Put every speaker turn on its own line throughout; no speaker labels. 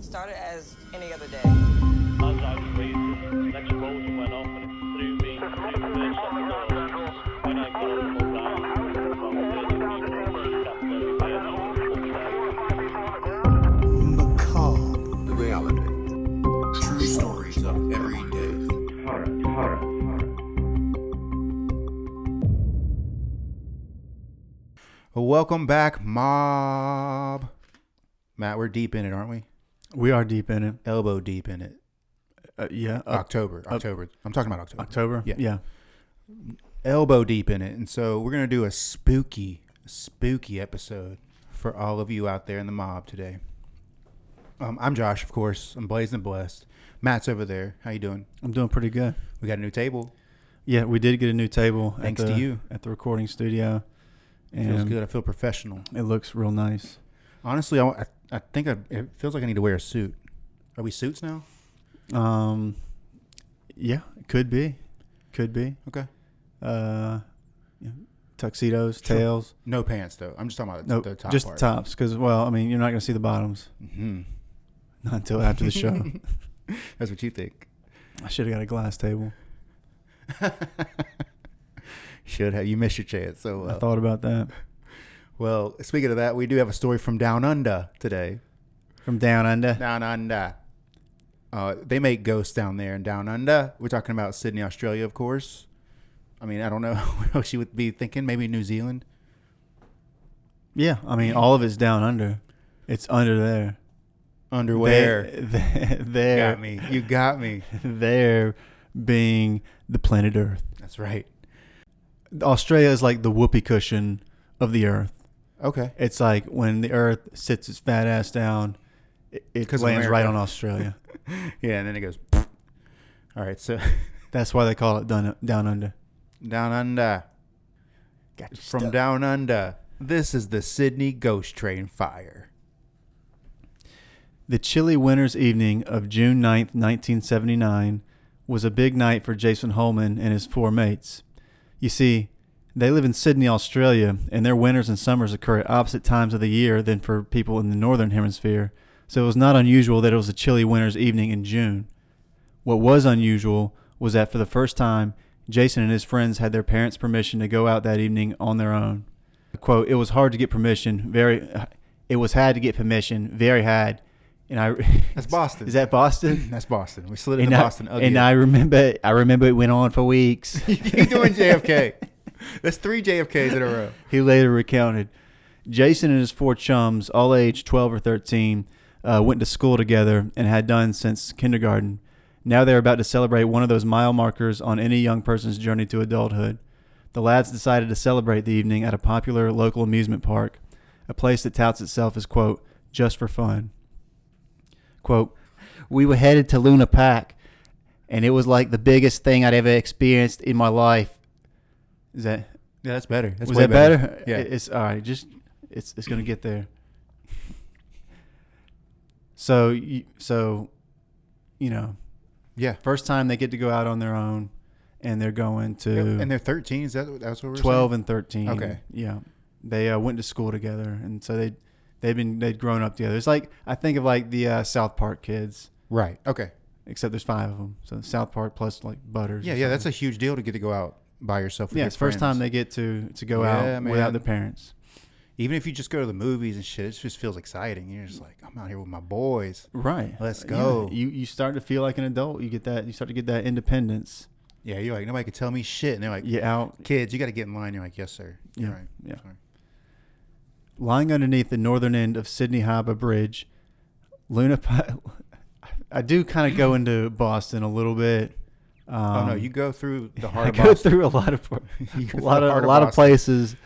started as any other day.
As I was raising, the explosion went off and it threw me through the second door. When I got up and around, about 30 people were seated after me, and I was upstairs.
Macabre.
The reality. True stories of every day.
Welcome back, mob. Matt, we're deep in it, aren't we?
We are deep in it.
Elbow deep in it.
Uh, yeah. Oc-
October, October. I'm talking about October.
October.
Yeah.
Yeah.
Elbow deep in it, and so we're gonna do a spooky, spooky episode for all of you out there in the mob today. Um, I'm Josh, of course. I'm blazing blessed. Matt's over there. How you doing?
I'm doing pretty good.
We got a new table.
Yeah, we did get a new table.
Thanks
at
to
the,
you.
at the recording studio, and
Feels good. I feel professional.
it looks real nice.
Honestly, I, I, I think I, it feels like I need to wear a suit. Are we suits now?
Um, yeah, it could be, could be.
Okay.
Uh, yeah, tuxedos,
Sure.
tails.
No pants though. I'm just talking about the,
No,
the top
just
part.
the tops, because well, I mean, you're not gonna see the bottoms
Mhm.
not until after the show.
That's what you think.
I should have got a glass table.
Should have you missed your chance? So well.
I thought about that
well, speaking of that, we do have a story from down under today.
from down under.
Down under. Uh, they make ghosts down there and down under. We're talking about Sydney, Australia, of course. I mean, I don't know what she would be thinking. Maybe New Zealand.
Yeah, I mean, all of it's down under. It's under there.
Underwear.
There,
you
there,
got me. You got me.
there being the planet Earth.
That's right.
Australia is like the whoopee cushion of the Earth.
Okay.
It's like when the Earth sits its fat ass down, it, it
'Cause
lands
of
right
America.
on Australia.
Yeah, and then it goes. All right, so
That's why they call it down, down under.
down under.
Gotcha
From down under, this is the Sydney Ghost Train Fire.
The chilly winter's evening of June 9th, 1979, was a big night for Jason Holman and his four mates. You see, they live in Sydney, Australia, and their winters and summers occur at opposite times of the year than for people in the northern hemisphere, so it was not unusual that it was a chilly winter's evening in June. What was unusual was that for the first time, Jason and his friends had their parents' permission to go out that evening on their own. Quote, it was hard to get permission, very, it was hard to get permission, very hard. And I,
That's Boston.
Is that Boston?
That's Boston. We slid
and
into
I,
Boston Oh, again.
and I remember, I remember it went on for weeks.
Keep doing JFK. That's three JFKs in a row.
he later recounted Jason and his four chums, all aged 12 or 13, uh, went to school together and had done since kindergarten. Now they're about to celebrate one of those mile markers on any young person's journey to adulthood. The lads decided to celebrate the evening at a popular local amusement park, a place that touts itself as, quote, just for fun. Quote, we were headed to Luna Park, and it was like the biggest thing I'd ever experienced in my life. Is that
Yeah, that's better. That's
was
way
that better? Yeah.
Yeah.
It's all right. Just it's it's gonna get there. So you, so, you know,
Yeah.
first time they get to go out on their own, and they're going to
And they're 13. Is that that's what we're
twelve and thirteen.
Okay.
Yeah, they uh, went to school together, and so they they've been they'd grown up together. It's like I think of like the uh, South Park kids,
Right. Okay.
except there's five of them. So South Park plus like Butters. or
Yeah, yeah. That's a
something.
huge deal to get to go out by yourself. With
yeah.
your
It's the first
friends.
time they get to to go
Yeah,
out without
man.
their parents.
Even if you just go to the movies and shit, it just feels exciting. You're just like, I'm out here with my boys.
Right.
Let's
Yeah,
go.
You you start to feel like an adult. You get that. You start to get that independence.
Yeah. You're like, nobody could tell me shit. And they're like,
You're out
kids, you got to get in line. You're like, yes, sir. You're
Yeah,
right.
yeah.
Sorry.
lying underneath the northern end of Sydney Harbour Bridge. Luna, Pi- I do kind of go into Boston a little bit. Um,
Oh no, you go through the heart
I
of
go
Boston.
through a lot of
You go through the
a lot of
heart
a
of
lot of
Boston.
places.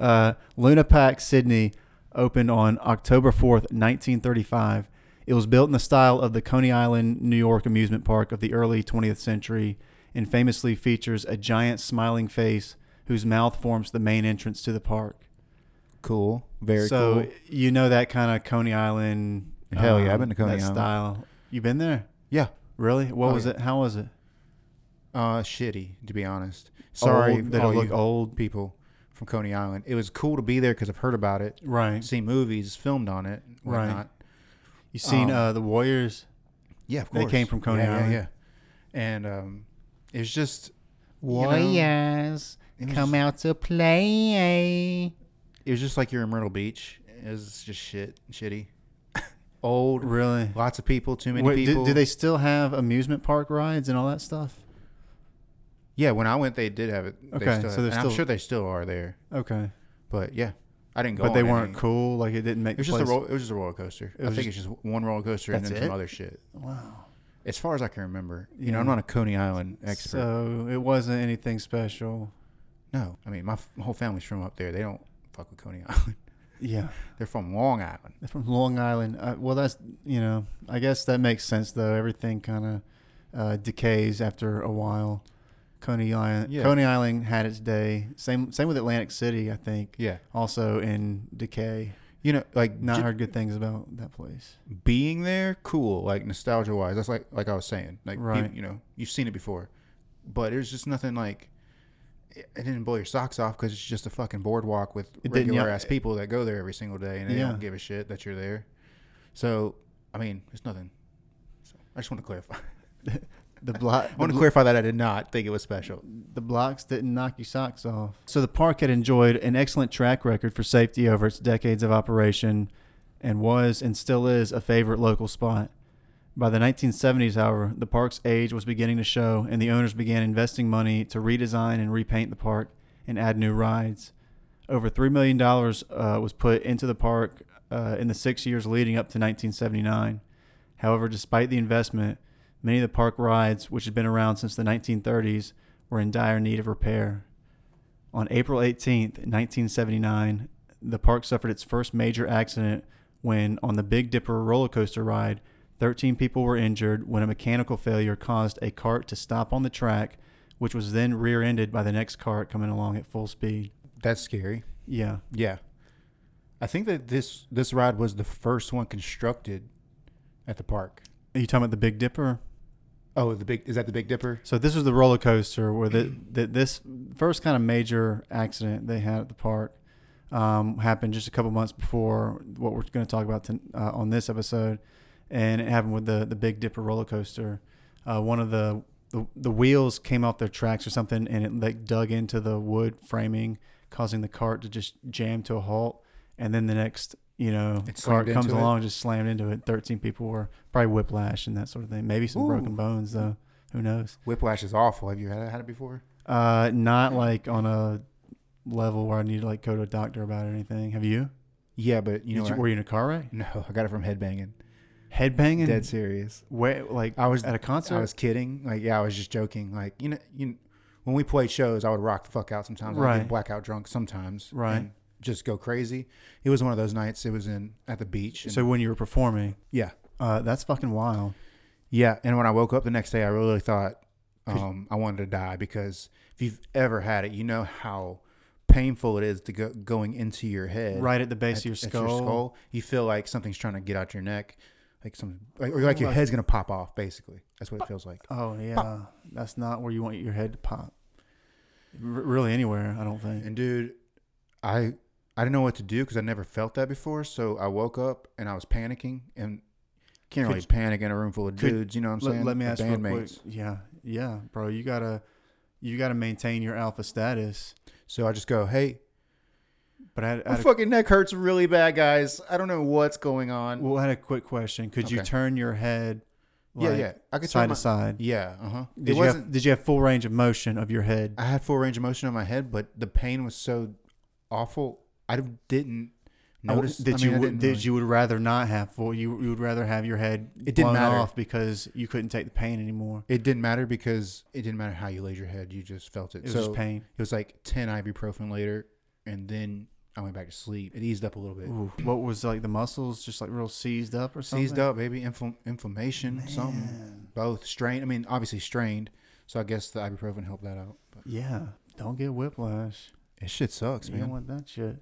Uh, Luna Park, Sydney, opened on October fourth, nineteen thirty-five. It was built in the style of the Coney Island, New York amusement park of the early twentieth century, and famously features a giant smiling face whose mouth forms the main entrance to the park.
Cool. Very
so
cool.
you know that kind of Coney Island. um,
Hell yeah, I've been to Coney
that
Island.
Style. You been there?
Yeah.
Really? What
Oh,
was
yeah.
it? How was it?
Uh, shitty, to be honest. Sorry
Old,
that
that
all
it look
you
old.
people from Coney Island. It was cool to be there because I've heard about it,
Right.
seen movies filmed on it, and
Right.
whatnot.
You seen
Um,
uh, the Warriors?
Yeah, of
They
course.
came from Coney
yeah,
Island.
Yeah, yeah. And um, it's just
Warriors
come
out to play.
it was just like you're in Myrtle Beach. It was just shit, shitty, old.
Really?
Lots of people, too many
Wait,
people.
do, do they still have amusement park rides and all that stuff?
Yeah, when I went, they did have it.
Okay,
they still
so
have it.
they're
And I'm
still-
sure they still are there.
Okay,
But yeah, I didn't go.
but they
on
weren't
any.
cool. Like it didn't make.
It was
the
just a
place-
roll, it was just a roller coaster. I
was
think it's just one roller coaster and
That's
then some
it?
other shit.
Wow.
As far as I can remember, you know, I'm
Yeah.
not a Coney Island expert.
So it wasn't anything special.
no, I mean my f- whole family's from up there. They don't fuck with Coney Island.
Yeah,
They're from Long Island.
they're from Long Island. Uh, well, that's you know, I guess that makes sense though. Everything kind of uh, decays after a while. Coney Island,
Yeah.
Coney Island had its day. Same, same with Atlantic City, I think.
Yeah,
Also in decay.
you know, like
Not
ju-
heard good things about that place.
being there, cool. Like nostalgia wise, that's like like I was saying. Like you-
Right.
you, know, you've seen it before, but there's just nothing like. It it didn't blow your socks off because it's just a fucking boardwalk with
It didn't, yeah.
regular ass people that go there every single day and they
Yeah.
don't give a shit that you're there. So I mean, it's nothing. So, I just want to clarify.
The block.
I want to clarify that I did not think it was special.
the blocks didn't knock your socks off. So the park had enjoyed an excellent track record for safety over its decades of operation and was and still is a favorite local spot. By the 1970s, however, the park's age was beginning to show, and the owners began investing money to redesign and repaint the park and add new rides. Over $3 million uh, was put into the park uh, in the six years leading up to 1979. However, despite the investment, many of the park rides, which had been around since the 1930s, were in dire need of repair. On April 18th, 1979, the park suffered its first major accident when, on the Big Dipper roller coaster ride, 13 people were injured when a mechanical failure caused a cart to stop on the track, which was then rear ended by the next cart coming along at full speed.
That's scary.
Yeah.
Yeah, I think that this this ride was the first one constructed at the park.
Are you talking about the Big Dipper?
Oh, the big is that the Big Dipper?
So this was the roller coaster where the, the this first kind of major accident they had at the park um, happened just a couple months before what we're going to talk about ton uh, on this episode, and it happened with the the Big Dipper roller coaster. Uh, one of the, the the wheels came off their tracks or something, and it like dug into the wood framing, causing the cart to just jam to a halt. And then the next, you know,
It slammed
cart comes
into it?
along, just slammed into it. Thirteen people were probably whiplash and that sort of thing. Maybe some broken bones though. Who knows?
Whiplash is awful. Have you had, had it before?
Uh, not like on a level where I need to like go to a doctor about it or anything. Have you?
Yeah, but you know,
Did
what
you
I-
were you in a car wreck?
no, I got it from headbanging.
Headbanging?
Dead serious.
Where, like
I was
at a concert.
I was kidding. Like, yeah, I was just joking. Like, you know, you when we played shows, I would rock the fuck out sometimes. I'd
Right.
get blackout drunk sometimes.
Right.
and Just go crazy. It was one of those nights. It was in at the beach. and-
so when you were performing,
yeah,
uh, that's fucking wild.
yeah. And when I woke up the next day, I really thought um, I wanted to die because if you've ever had it, you know how painful it is to go going into your head.
Right at the base of your
at
skull.
You feel like something's trying to get out your neck, like some, like, or like your head's gonna pop off. Basically, that's what it feels like.
Oh yeah, that's not where you want your head to pop. R- really anywhere, I don't think.
And dude, I I didn't know what to do because I never felt that before. So I woke up and I was panicking and can't really panic in a room full of
could-
dudes. You know what I'm
Let,
saying?
let me
With
ask real quick.
bandmates.
Yeah, yeah, bro, you gotta, you gotta maintain your alpha status.
So I just go, hey,
But I, had- I
my
had a
fucking neck hurts really bad, guys. I don't know what's going on.
Well, I had a quick question. Could you
Okay.
turn your head?
Yeah, yeah. I could
side
turn my-
to side.
yeah, uh huh.
Did
It
you
wasn't.
have Did you have full range of motion of your head?
I had full range of motion on my head, but the pain was so awful. I didn't
I w-
notice.
did
I
you
mean, I
w-
didn't
did
really-
you would rather not have full? You, you would rather have your head
It didn't
blown
matter.
off because you couldn't take the pain anymore.
It didn't matter because it didn't matter how you laid your head. You just felt it.
It was just pain.
It was like 10 ibuprofen later, and then I went back to sleep. It eased up a little bit.
What was like the muscles just like real seized up or something?
Seized up, baby. Infl- inflammation, something. Both strained. I mean, obviously strained. So I guess the ibuprofen helped that out. But
Yeah. Don't get whiplash.
it shit sucks,
You don't
man.
want that shit.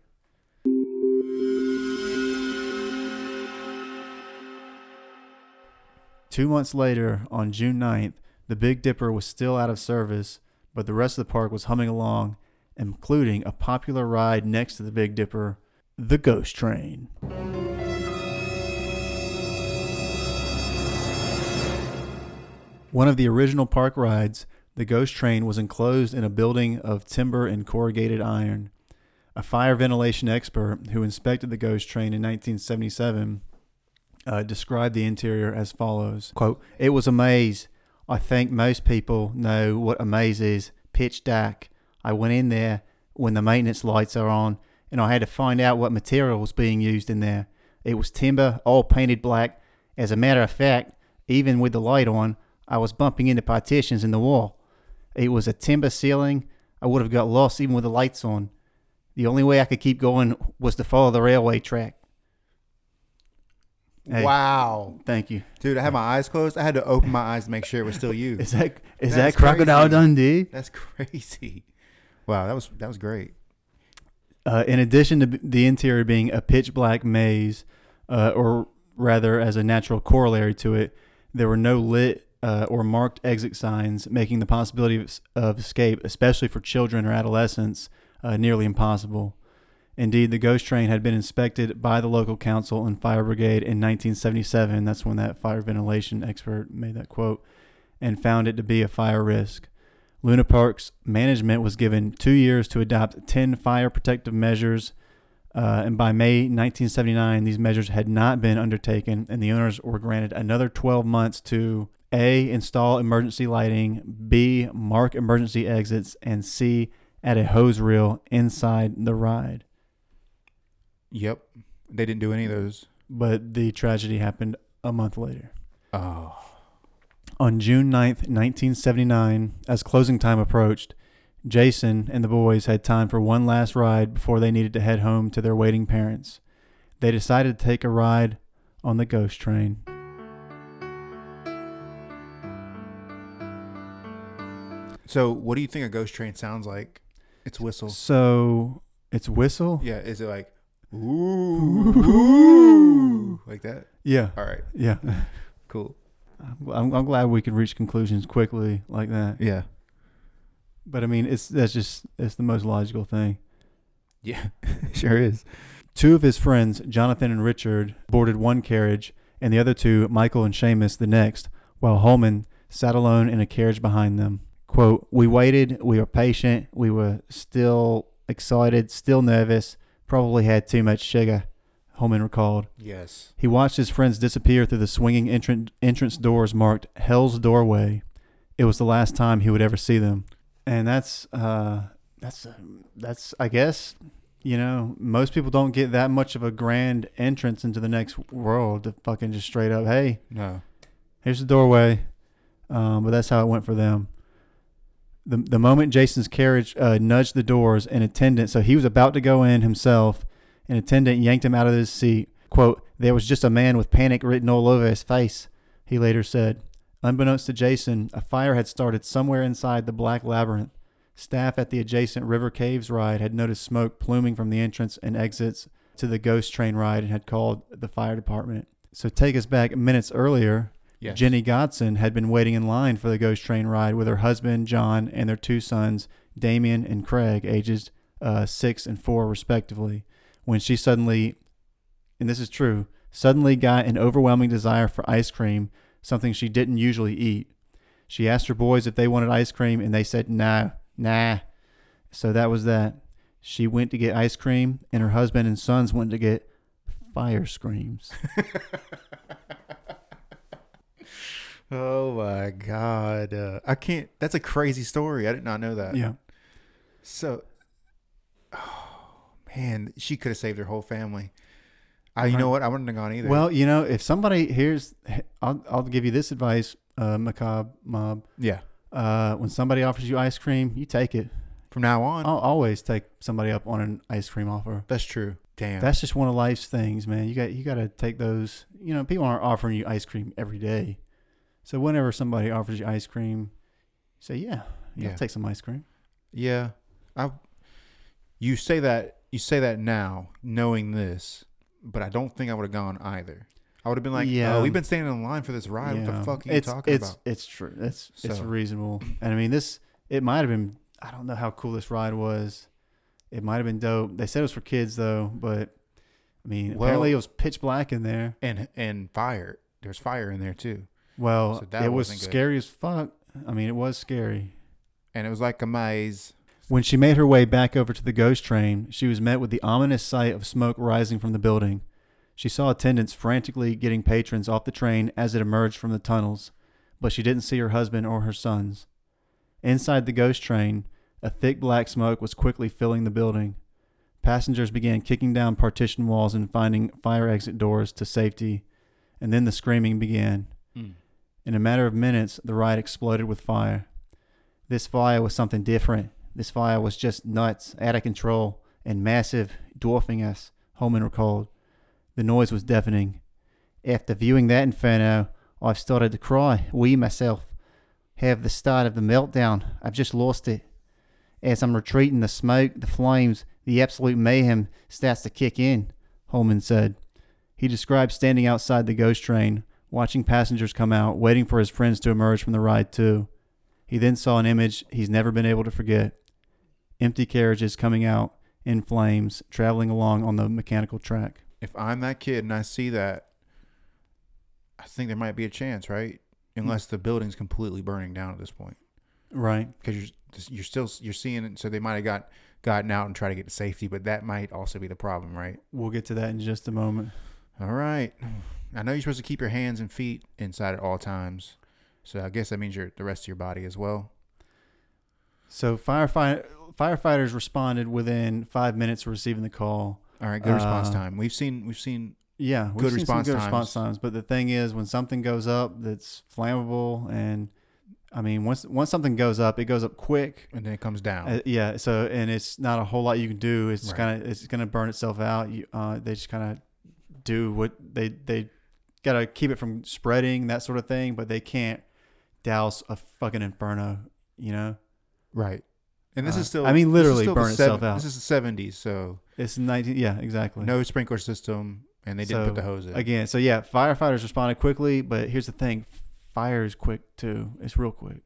Two months later, on June 9th, the Big Dipper was still out of service, but the rest of the park was humming along, including a popular ride next to the Big Dipper, the Ghost Train. One of the original park rides, the ghost train was enclosed in a building of timber and corrugated iron. A fire ventilation expert who inspected the ghost train in 1977 uh, described the interior as follows quote it was a maze i think most people know what a maze is pitch dark i went in there when the maintenance lights are on and i had to find out what material was being used in there it was timber all painted black as a matter of fact even with the light on i was bumping into partitions in the wall it was a timber ceiling i would have got lost even with the lights on the only way i could keep going was to follow the railway track Hey.
Wow,
thank you
dude! I had my eyes closed. I had to open my eyes to make sure it was still you.
Is that is
That's
that Crocodile
crazy.
Dundee?
That's crazy. Wow, that was that was great.
Uh, in addition to b- the interior being a pitch black maze, uh, or rather as a natural corollary to it, there were no lit uh, or marked exit signs, making the possibility of, s- of escape, especially for children or adolescents, uh, nearly impossible. Indeed, the ghost train had been inspected by the local council and fire brigade in 1977. That's when that fire ventilation expert made that quote and found it to be a fire risk. Luna Park's management was given two years to adopt 10 fire protective measures, uh, and by May 1979, these measures had not been undertaken, and the owners were granted another 12 months to A, install emergency lighting, B, mark emergency exits, and C, add a hose reel inside the ride.
Yep, they didn't do any of those.
But the tragedy happened a month later.
Oh,
On June 9th, 1979, as closing time approached, Jason and the boys had time for one last ride before they needed to head home to their waiting parents. They decided to take a ride on the ghost train.
so what do you think a ghost train sounds like? It's whistle.
So it's whistle?
Yeah, is it like ooh like that?
Yeah.
All right,
Yeah.
cool.
I'm, I'm glad we could reach conclusions quickly like that.
Yeah,
But I mean, it's that's just it's the most logical thing.
yeah, sure is.
Two of his friends, Jonathan and Richard, boarded one carriage, and the other two, Michael and Seamus, the next, while Holman sat alone in a carriage behind them. Quote, We waited, we were patient, we were still excited, still nervous, probably had too much sugar, Holman recalled.
Yes.
He watched his friends disappear through the swinging entran- entrance doors marked Hell's Doorway. It was the last time he would ever see them, and that's uh, that's uh, that's I guess you know most people don't get that much of a grand entrance into the next world to fucking just straight up hey
No.
here's the doorway, um, but that's how it went for them. The, the moment Jason's carriage uh, nudged the doors, an attendant, so he was about to go in himself, an attendant yanked him out of his seat. Quote, There was just a man with panic written all over his face, he later said. Unbeknownst to Jason, a fire had started somewhere inside the Black Labyrinth. Staff at the adjacent River Caves ride had noticed smoke pluming from the entrance and exits to the ghost train ride and had called the fire department. So take us back minutes earlier.
Yes.
Jenny Godson had been waiting in line for the ghost train ride with her husband, John, and their two sons, Damien and Craig, ages uh, six and four, respectively, when she suddenly, and this is true, suddenly got an overwhelming desire for ice cream, something she didn't usually eat. She asked her boys if they wanted ice cream, and they said, nah, nah. So that was that. She went to get ice cream, and her husband and sons went to get fire screams.
Oh my god. Uh, I can't that's a crazy story. I did not know that.
yeah.
So oh man, she could have saved her whole family. I you know what? I wouldn't have gone either.
Well, you know, if somebody here's, I'll, I'll give you this advice, uh, macabre mob.
yeah.
Uh, when somebody offers you ice cream, you take it.
From now on.
I'll always take somebody up on an ice cream offer.
That's true. Damn.
That's just one of life's things, man. You got you got to take those. You know, people aren't offering you ice cream every day, so whenever somebody offers you ice cream, say yeah, yeah,
Yeah.
I'll take some ice cream.
yeah. I you say that you say that now, knowing this, but I don't think I would have gone either. I would have been like,
Yeah.
oh, we've been standing in line for this ride. What
Yeah.
the fuck are you
it's,
talking
it's,
about?
It's true. It's it's
So-
reasonable. And I mean, this it might have been. I don't know how cool this ride was. It might have been dope. They said it was for kids though, but I mean,
Well-
apparently it was pitch black in there.
And and fire. There's fire in there too.
Well,
So that
it was
wasn't good.
scary as fuck. I mean, it was scary.
and it was like a maze.
When she made her way back over to the ghost train, she was met with the ominous sight of smoke rising from the building. She saw attendants frantically getting patrons off the train as it emerged from the tunnels, but she didn't see her husband or her sons. Inside the ghost train, a thick black smoke was quickly filling the building. Passengers began kicking down partition walls and finding fire exit doors to safety, and then the screaming began. In a matter of minutes, the ride exploded with fire. This fire was something different. This fire was just nuts, out of control, and massive, dwarfing us, Holman recalled. The noise was deafening. After viewing that inferno, I've started to cry, we myself. Have the start of the meltdown. I've just lost it. As I'm retreating, the smoke, the flames, the absolute mayhem starts to kick in, Holman said. He described standing outside the ghost train, watching passengers come out, waiting for his friends to emerge from the ride, too. He then saw an image he's never been able to forget empty carriages coming out in flames, traveling along on the mechanical track.
If I'm that kid and I see that, I think there might be a chance, right?
Hmm.
Unless the building's completely burning down at this point,
Right.
because you're you're still you're seeing it. So they might have got gotten out and tried to get to safety, but that might also be the problem, right?
We'll get to that in just a moment.
All right. I know you're supposed to keep your hands and feet inside at all times. So I guess that means your the rest of your body as well.
So, firefight- firefighters responded within five minutes of receiving the call.
All right, good response
Uh,
time. We've seen we've seen
Yeah, we've
Good
seen some
response
good
times.
response times. But the thing is, when something goes up that's flammable, and I mean, once once something goes up, it goes up quick.
and then it comes down.
Uh, yeah. So, and it's not a whole lot you can do. It's
Right.
kind of it's gonna burn itself out. You, uh, they just kind of do what they they gotta keep it from spreading that sort of thing, but they can't douse a fucking inferno. You know,
right. And this
uh,
is still
I
this
mean,
is
literally
still the
burn itself
seven-
out.
This is the seventies, so
it's nineteen. Yeah, exactly.
no sprinkler system and they didn't
So,
put the hose in.
Again, so yeah, firefighters responded quickly, but here's the thing: fire is quick too. It's real quick.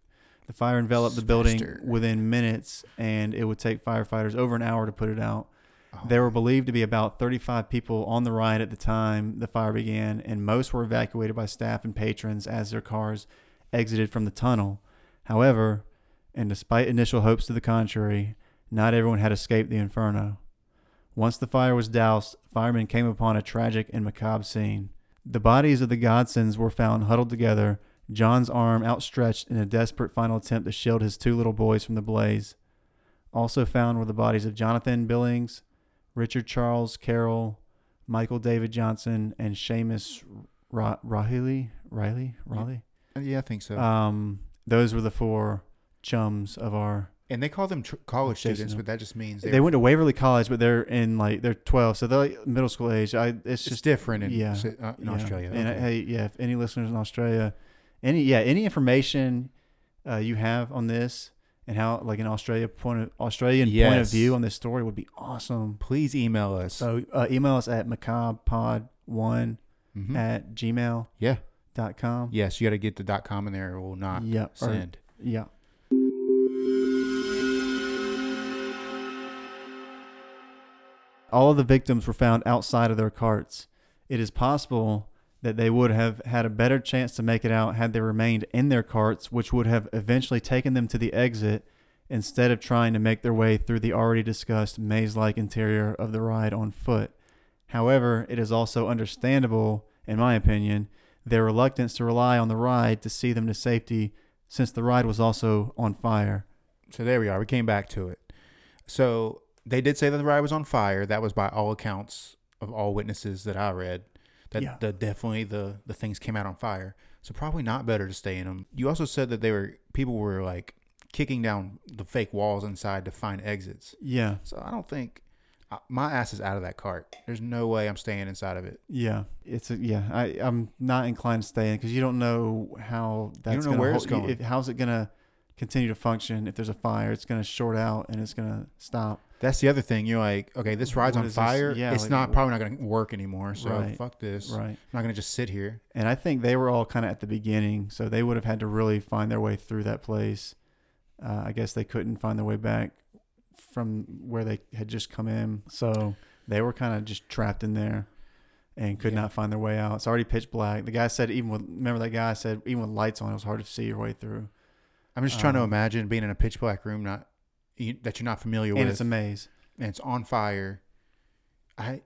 The fire enveloped the building
Faster.
within minutes, and it would take firefighters over an hour to put it out.
Oh,
There were believed to be about 35 people on the ride at the time the fire began, and most were evacuated by staff and patrons as their cars exited from the tunnel. However, and despite initial hopes to the contrary, not everyone had escaped the inferno. Once the fire was doused, firemen came upon a tragic and macabre scene. The bodies of the godsons were found huddled together, John's arm outstretched in a desperate final attempt to shield his two little boys from the blaze. Also found were the bodies of Jonathan Billings, Richard Charles Carroll, Michael David Johnson, and Seamus Ra- Rahili? Riley? Riley?
Uh, yeah, I think so.
Um, those were the four chums of our.
and they call them tr- college
Jason
students,
Hill.
but that just means
They went to Waverly College, but they're in like they're twelve, so they're like middle school age. I it's
it's
just
just different in,
yeah,
si- uh, in
yeah.
Australia.
And uh,
Okay.
hey, yeah, if any listeners in Australia, any yeah, any information uh, you have on this and how like an Australia point of Australian point of
Yes.
view on this story would be awesome.
Please email us.
So uh, email us at macabrepod one
Mhm.
at gmail
yeah.
dot com.
Yes, you got to get the dot com in there or we'll not
Yeah, or-
send.
Yeah. All of the victims were found outside of their carts. It is possible that they would have had a better chance to make it out had they remained in their carts, which would have eventually taken them to the exit instead of trying to make their way through the already discussed maze like interior of the ride on foot. However, it is also understandable, in my opinion, their reluctance to rely on the ride to see them to safety since the ride was also on fire.
So there we are. We came back to it. So they did say that the ride was on fire. That was by all accounts of all witnesses that I read. That
Yeah.
the, definitely the the things came out on fire. So probably not better to stay in them. You also said that they were people were like kicking down the fake walls inside to find exits.
Yeah.
So I don't think I, my ass is out of that cart. There's no way I'm staying inside of it.
Yeah, it's a, yeah. I I'm not inclined to stay in because you don't know how that's
know
gonna
where
hol-
it's going.
If, how's it gonna continue to function if there's a fire? It's gonna short out and it's gonna stop.
That's the other thing. You're like, okay, this ride's
What
on
is this?
fire.
Yeah,
it's
like,
not
wh-
probably not going to work anymore. So
Right.
fuck this.
Right.
I'm not going to just sit here.
And I think they were all kind of at the beginning, so they would have had to really find their way through that place. Uh, I guess they couldn't find their way back from where they had just come in, so they were kind of just trapped in there. and could not find their way out. It's already pitch black. The guy said even with remember that guy said even with lights on, it was hard to see your way through.
I'm just
Um,
trying to imagine being in a pitch black room not you, that you're not familiar
And
with,
it's a maze.
and it's on fire. I, I-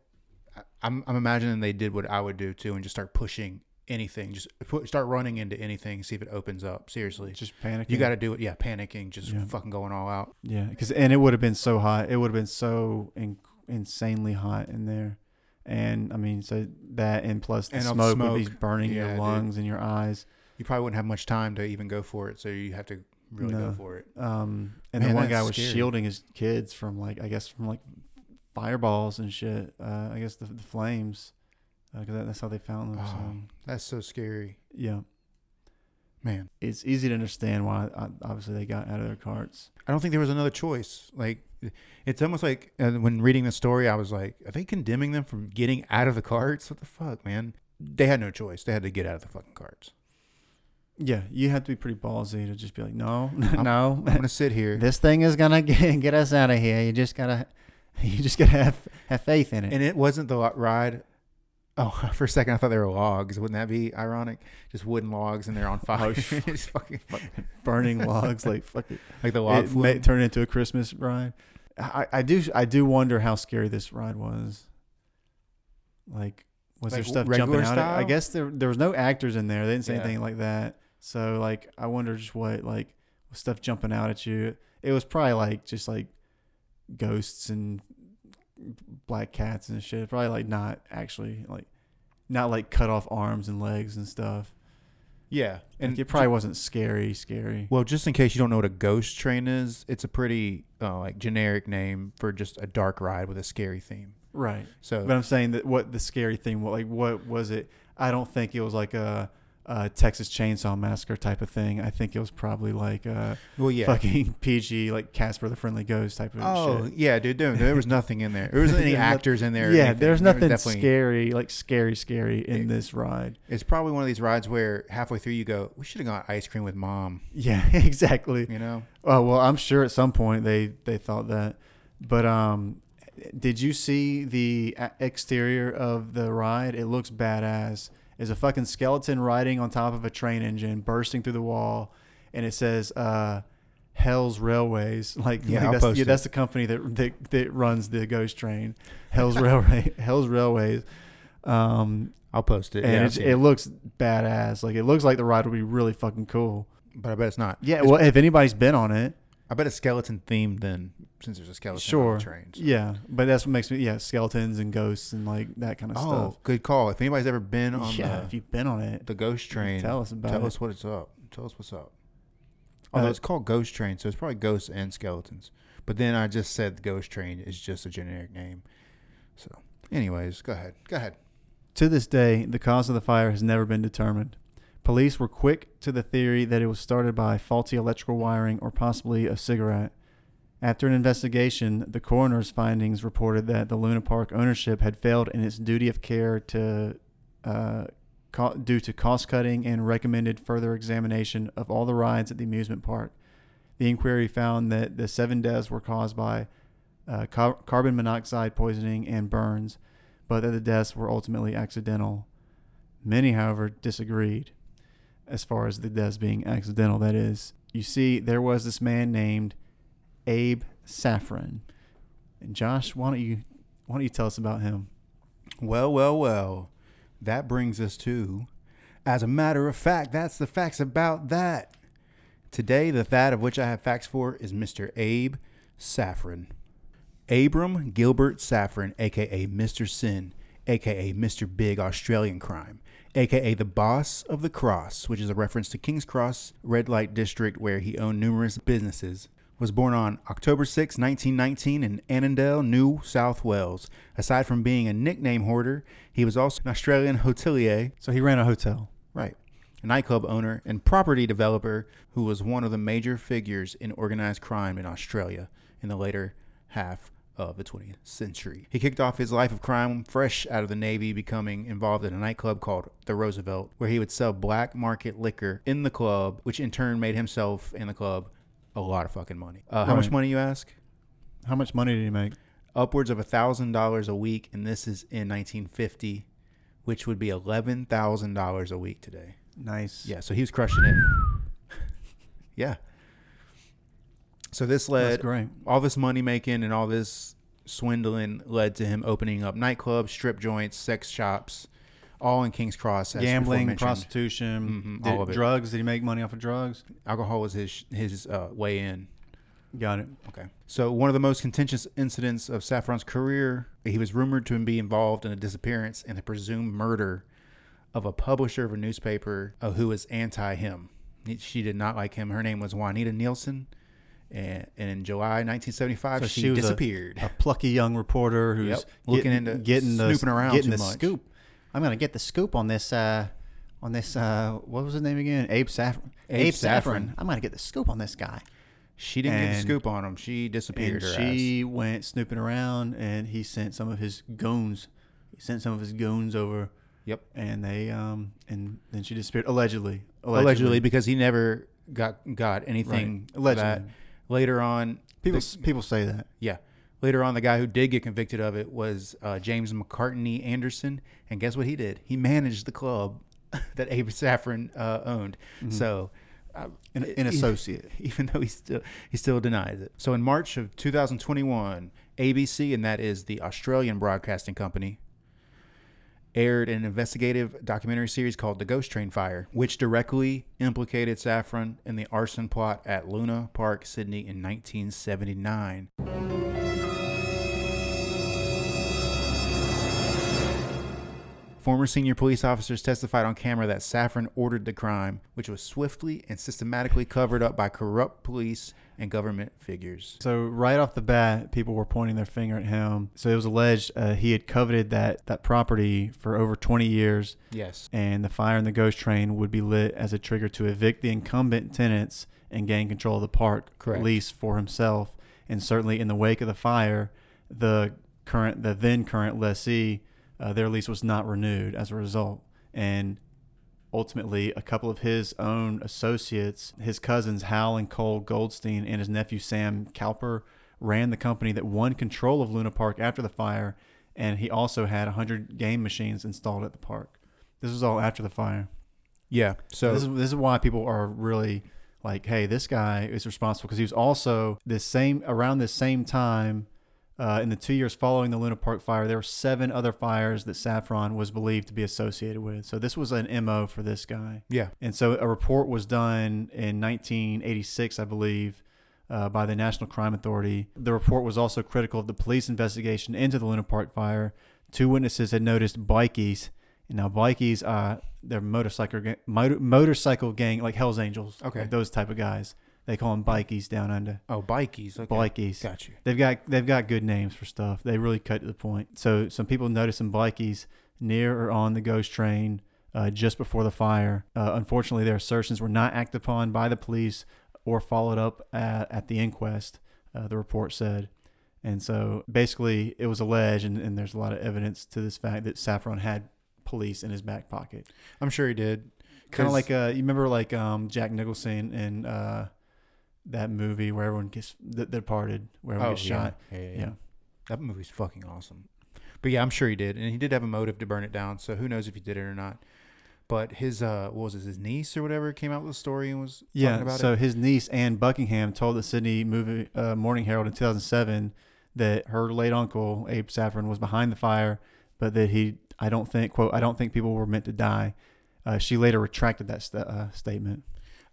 I'm, I'm imagining they did what I would do too, and just start pushing anything, just put, start running into anything, see if it opens up. Seriously,
Just panicking.
you got to do it. Yeah, panicking, just
Yeah.
fucking going all out.
Yeah, because and it would have been so hot. It would have been so in, insanely hot in there, and I mean, so that and plus the
And all the
smoke, would be
smoke.
burning
Yeah,
your
dude.
lungs and your eyes.
You probably wouldn't have much time to even go for it, so you have to really
No.
go for it.
Um, and the
Man,
one guy
that's
was
scary.
shielding his kids from like I guess from like fireballs and shit. Uh, I guess the, the flames, because that, that's how they found them.
Oh,
So
that's so scary,
yeah,
man.
it's easy to understand why uh, obviously they got out of their carts.
I don't think there was another choice. Like, it's almost like uh, when reading the story, I was like, are they condemning them from getting out of the carts? What the fuck, man? They had no choice. They had to get out of the fucking carts.
Yeah, you have to be pretty ballsy to just be like, no,
I'm-
no,
I'm gonna sit here,
this thing is gonna get, get us out of here. You just gotta, you just gotta have have faith in it.
and it wasn't the lo- ride. Oh, for a second I thought they were logs. Wouldn't that be ironic? Just wooden logs, and they're
Oh,
on fire.
shit.
It's fucking
Burning logs, like fuck it,
like the log
it may
flume.
turn into a Christmas ride. I, I do I do wonder how scary this ride was. Like, was there
Like,
stuff
regular
jumping out? at- I
style?
guess there there was no actors in there. They didn't say
Yeah.
anything like that. So like, I wonder just what like was stuff jumping out at you. It was probably like just like ghosts and black cats and shit. Probably like not actually like not like cut off arms and legs and stuff.
Yeah,
And
and
it probably wasn't scary, scary.
Well, just in case you don't know what a ghost train is, it's a pretty uh, like generic name for just a dark ride with a scary theme.
Right.
So
But I'm saying that what the scary thing, what like what was it? I don't think it was like a, a Texas Chainsaw Massacre type of thing. I think it was probably like a
well, yeah.
fucking PG, like Casper the Friendly Ghost type of
oh
shit.
yeah, dude, dude, there was nothing in there. There wasn't any
There's no-
actors in there. or
yeah,
anything.
there's
There was
nothing
definitely-
scary, like scary, scary in this ride.
It's probably one of these rides where halfway through you go, "We should have gone ice cream with mom."
Yeah, exactly.
You know,
Oh well, I'm sure at some point they they thought that. But um, did you see the e- exterior of the ride? It looks badass. There's a fucking skeleton riding on top of a train engine, bursting through the wall, and it says uh, "Hell's Railways." Like,
Yeah,
like
I'll
that's,
post
yeah,
it.
that's the company that, that that runs the ghost train, Hell's Railway, Hell's Railways. Um,
I'll post it.
and
yeah, I've
it's,
seen
it
it.
looks badass. Like, it looks like the ride would be really fucking cool.
but I bet it's not.
Yeah.
It's-
Well, if anybody's been on it,
I bet it's skeleton themed then, since there's a skeleton on
sure
the train. so-
yeah but that's what makes me yeah skeletons and ghosts and like that kind of
Oh, good call. If anybody's ever been on
stuff yeah if
the,
you've been on it
the ghost train,
tell us about
tell
it
us what it's up. Tell us what's up. Although
Uh,
it's called Ghost Train, so it's probably ghosts and skeletons. But then I just said Ghost Train is just a generic name. So, anyways, go ahead. Go ahead.
to this day the cause of the fire has never been determined police were quick to the theory that it was started by faulty electrical wiring or possibly a cigarette after an investigation the coroner's findings reported that the luna park ownership had failed in its duty of care to uh, co- due to cost cutting and recommended further examination of all the rides at the amusement park The inquiry found that the seven deaths were caused by uh, car- carbon monoxide poisoning and burns, but that the deaths were ultimately accidental. Many, however, disagreed as far as the deaths being accidental. That is, you see, there was this man named Abe Saffron. And Josh, why don't you why don't you tell us about him?
Well, well, well. That brings us to, as a matter of fact, that's the facts about that. Today, the that of which I have facts for is Mr. Abe Saffron. Abram Gilbert Saffron, aka Mr. Sin, aka Mr. Big Australian Crime, aka the Boss of the Cross, which is a reference to King's Cross Red Light District where he owned numerous businesses, was born on October 6, 1919 in Annandale, New South Wales. Aside from being a nickname hoarder, he was also an Australian hotelier
So he ran a hotel.
Right. A nightclub owner and property developer who was one of the major figures in organized crime in Australia in the later half of the 20th century. He kicked off his life of crime fresh out of the Navy, becoming involved in a nightclub called the Roosevelt, where he would sell black market liquor in the club, which in turn made himself and the club a lot of fucking money. Uh, How much
Right.
money, you ask?
How much money did he make?
Upwards of a $1,000 a week, and this is in 1950. which would be eleven thousand dollars a week today.
Nice.
Yeah, so he was crushing it. yeah. So this led
That's great.
all this money making and all this swindling led to him opening up nightclubs, strip joints, sex shops, all in King's Cross. as
Gambling,
aforementioned.
prostitution,
Mhm,
did-
all of it.
drugs. Did he make money off of drugs?
alcohol was his his uh, way in.
Got it.
Okay. So one of the most contentious incidents of Saffron's career, he was rumored to be involved in a disappearance and the presumed murder of a publisher of a newspaper uh, who was anti him. He- She did not like him. Her name was Juanita Nielsen. And, and in July 1975,
So
she,
was a-
disappeared.
A, plucky young reporter who's
Yep. Looking
getting,
into-
getting the,
snooping around
getting
too
the
much.
scoop. I'm gonna get the scoop on this. Uh, on this, uh, what was his name again? Abe Saffron.
Abe Saffron.
I'm gonna get the scoop on this guy.
she didn't get the
and-
scoop on him. She disappeared.
And
Her
she went snooping around, and he sent some of his goons. He sent some of his goons over,
ass. Yep.
and they um, and then she disappeared allegedly.
Allegedly, because he never got got anything.
Right. Allegedly.
That. Later on,
people
the-
people say that.
Yeah. Later on, the guy who did get convicted of it was uh, James McCartney Anderson, and guess what he did? He managed the club that Abe Saffron uh, owned. So, uh,
Mm-hmm. An- an
e-
associate.
even though he still he still denies it. So, in March of 2021, ABC, and that is the Australian Broadcasting Company, aired an investigative documentary series called The Ghost Train Fire, which directly implicated Saffron in the arson plot at Luna Park, Sydney, in 1979. Former senior police officers testified on camera that Saffron ordered the crime, which was swiftly and systematically covered up by corrupt police and government figures.
So right off the bat, people were pointing their finger at him. So it was alleged uh, he had coveted that that property for over 20 years,
Yes.
and the fire in the ghost train would be lit as a trigger to evict the incumbent tenants and gain control of the park
Correct.
lease for himself. And certainly in the wake of the fire, the current the then current lessee, uh, their lease was not renewed as a result, and ultimately a couple of his own associates, his cousins Hal and Cole Goldstein and his nephew Sam Cowper ran the company that won control of Luna Park after the fire and he also had 100 game machines installed at the park. This was all after the fire.
Yeah. So
This is this is why people are really like, hey, this guy is responsible because he was also this same around this same time uh, in the two years following the Luna Park fire. There were seven other fires that Saffron was believed to be associated with. So this was an mo for this guy.
yeah.
And so a report was done in 1986, I believe, uh, by the National Crime Authority. The report was also critical of the police investigation into the Luna Park fire. Two witnesses had noticed bikies. And now bikies, uh, they're motorcycle ga- motor, motorcycle gang, like Hell's Angels.
Okay.
like those type of guys. They call them bikies down under.
Oh, bikies. Okay.
Bikies.
Got you.
They've got they've got good names for stuff. They really cut to the point. So some people noticed some bikies near or on the ghost train uh, just before the fire. Uh, unfortunately, their assertions were not acted upon by the police or followed up at, at the inquest. Uh, the report said. And so basically, it was alleged, and, and there's a lot of evidence to this fact that Saffron had police in his back pocket.
I'm sure he did. 'Cause-
Kind of like uh, you remember like um, Jack Nicholson in uh, that movie where everyone gets the, the Departed, where everyone gets
yeah.
shot.
oh, Yeah, yeah, yeah.
Oh, yeah.
That movie's fucking awesome. But yeah, I'm sure he did, and he did have a motive to burn it down. So who knows if he did it or not? But his uh, what was it, his niece or whatever came out with a story and was
Yeah.
talking about
so
it.
his niece Anne Buckingham told the Sydney movie uh, Morning Herald in 2007 that her late uncle Abe Saffron was behind the fire, but that he, I don't think, quote, I don't think people were meant to die. Uh, she later retracted that st- uh, statement.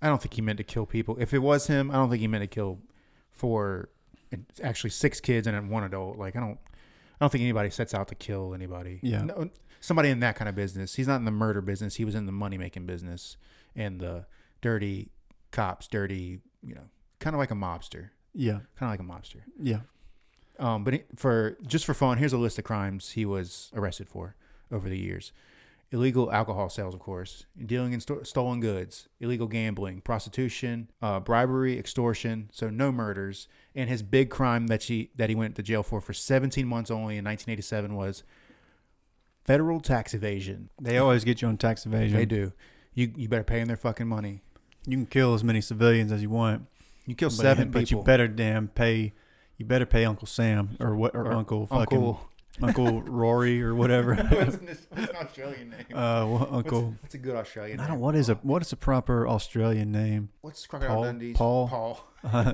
I don't think he meant to kill people. If it was him, I don't think he meant to kill for actually six kids and then one adult. Like I don't, I don't think anybody sets out to kill anybody.
Yeah.
no, somebody in that kind of business. He's not in the murder business. He was in the money making business and the dirty cops, dirty, you know, kind of like a mobster,
Yeah.
kind of like a mobster.
Yeah.
Um, but it- for just for fun, here's a list of crimes he was arrested for over the years: illegal alcohol sales, of course, dealing in sto- stolen goods, illegal gambling, prostitution, uh, bribery, extortion. So no murders. And his big crime that she that he went to jail for for 17 months only in 1987 was federal tax evasion.
They always get you on tax evasion.
They do. You you better pay them their fucking money.
You can kill as many civilians as you want,
You kill
but,
seven
but
people.
you better damn pay. You better pay Uncle Sam or what or, Uncle fucking
Uncle
Uncle Rory or whatever.
What's an, what's an Australian name?
Uh, well,
what's,
Uncle.
what's a good Australian
I
name?
don't. What is a what is a proper Australian name?
What's Crocodile
Paul?
Dundee's?
Paul?
Paul.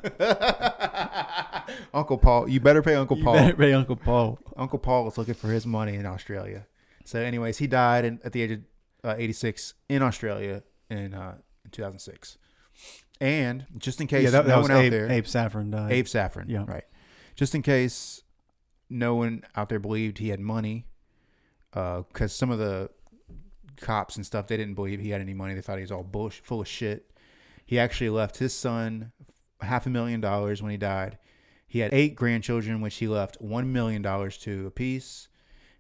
Uncle Paul. You better pay Uncle
You
Paul.
better be Uncle Paul.
Uncle Paul was looking for his money in Australia. So, anyways, he died in, at the age of uh, 86 in Australia in, uh, in 2006. And just in case
Yeah, that, that
no
was
one
Abe,
out there,
Abe Saffron died.
Abe Saffron,
Yeah.
right? Just in case no one out there believed he had money, because some of the cops and stuff they didn't believe he had any money. They thought he was all bullsh full of shit. He actually left his son half a million dollars when he died. He had eight grandchildren, which he left one million dollars to apiece.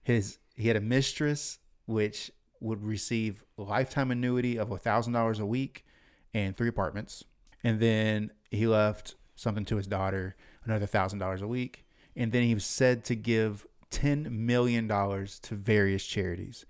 His he had a mistress, which would receive a lifetime annuity of thousand dollars a week and three apartments. And then he left something to his daughter, another thousand dollars a week. And then he was said to give ten million dollars to various charities.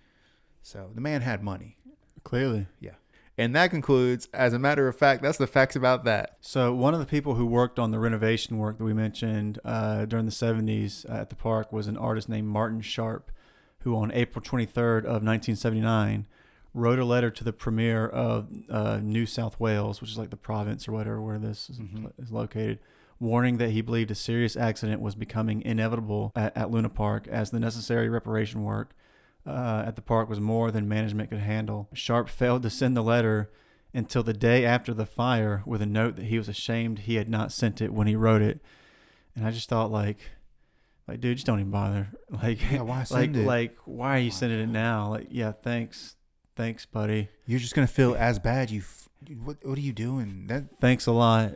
So the man had money.
Clearly.
Yeah. And that concludes, as a matter of fact, that's the facts about that.
So one of the people who worked on the renovation work that we mentioned uh, during the 70s at the park was an artist named Martin Sharp, who on April 23rd of 1979 wrote a letter to the premier of uh, New South Wales, which is like the province or whatever where this is, is located, warning that he believed a serious accident was becoming inevitable at, at Luna Park as the necessary reparation work uh, at the park was more than management could handle. Sharp failed to send the letter until the day after the fire with a note that he was ashamed he had not sent it when he wrote it. And I just thought, like, like, dude, just don't even bother. Like,
Yeah, why
like,
send it?
like, why are you sending it now? Like, yeah, thanks, thanks, buddy,
You're just gonna feel as bad. You, f- what? What are you doing? That
thanks a lot.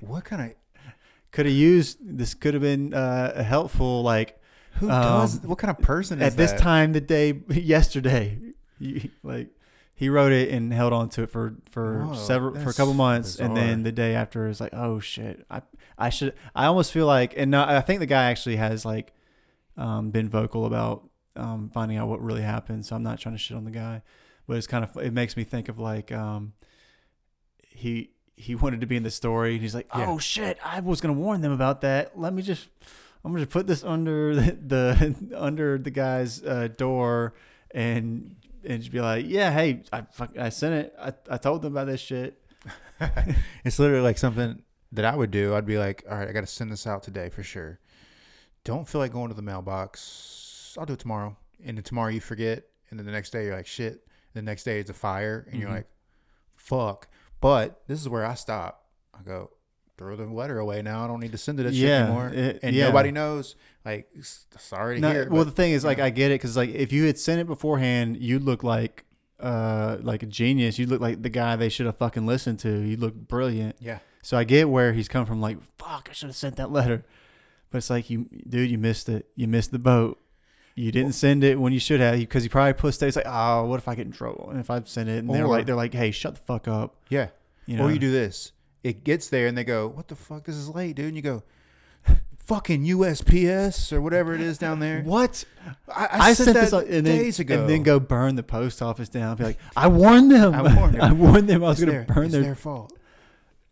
what kind of
Could have used this. Could have been uh, helpful. Like
who
Um,
does? What kind of person is
at this
that?
time, the day yesterday, you, like he wrote it and held on to it for for
Whoa,
several for a
that's
couple months, and
bizarre.
then the day after is like, oh shit, I I should. I almost feel like, and no, I think the guy actually has like um, been vocal about um, finding out what really happened. So I'm not trying to shit on the guy, but it's kind of it makes me think of like um, he he wanted to be in the story, and he's like,
Yeah.
oh shit, I was gonna warn them about that. Let me just I'm gonna put this under the, the under the guy's uh, door and and just be like, yeah, hey, I fuck, I sent it. I, I told them about this shit.
It's literally like something that I would do. I'd be like, all right, I got to send this out today for sure. Don't feel like going to the mailbox. I'll do it tomorrow. And then tomorrow you forget. And then the next day you're like, shit. The next day it's a fire. And
Mm-hmm.
you're like, fuck. But this is where I stop. I go, throw the letter away now. I don't need to send it that shit
Yeah,
anymore.
it-
and
yeah.
nobody knows. Like, s- sorry to
No,
hear. but
well, the thing is, like, I get it because, like, if you had sent it beforehand, you'd look like, uh, like a genius. You'd look like the guy they should have fucking listened to. You look brilliant.
yeah.
So I get where he's come from. Like, fuck, I should have sent that letter. But it's like, you, dude, you missed it. You missed the boat. You didn't send it when you should have because you probably pushed it. It's like, oh, what if I get in trouble? And if I send it, and they're
Or-
like, they're like, hey, shut the fuck up.
Yeah.
You
Or
know?
you do this. It gets there and they go, What the fuck? This is late, dude. And you go, Fucking USPS or whatever it is down there.
What?
I,
I, sent, this like,
that
and then,
days ago.
and then go burn the post office down. be like, I warned them.
I warned them.
I warned them. I was
It's
going
their-
to burn
it's
their.
their fault.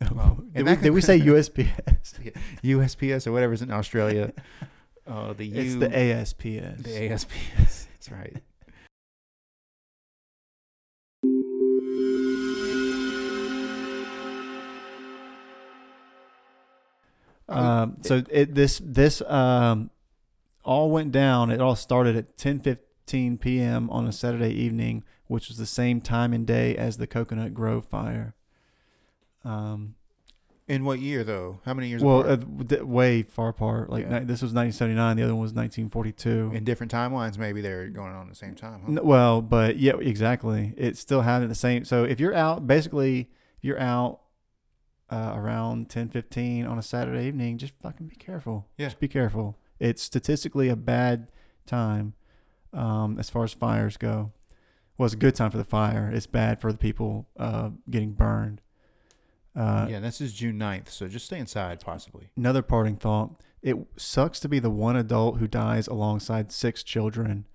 did,
and
we,
that
did we
could-
say USPS?
Yeah. USPS or whatever's in Australia. Oh, the U.
it's the ASPS.
the ASPS. That's right.
um, so it, this this um, all went down. It all started at 10:15 p.m. on a Saturday evening, which was the same time and day as the Coconut Grove fire. Um,
In what year though? How many years?
well, uh,
apart?
d- way far apart. Like
Yeah.
ni- this was 1979. The other one was 1942.
in different timelines, maybe they're going on at the same time. Huh?
No, well, but yeah, exactly. It's still having the same. So if you're out, basically, if you're out uh, around ten fifteen on a Saturday evening, just fucking be careful.
Yeah.
Just be careful. It's statistically a bad time um, as far as fires go. Well, it's a good time for the fire. It's bad for the people uh, getting burned. Uh,
yeah, this is June 9th, so just stay inside, possibly.
Another parting thought. It sucks to be the one adult who dies alongside six children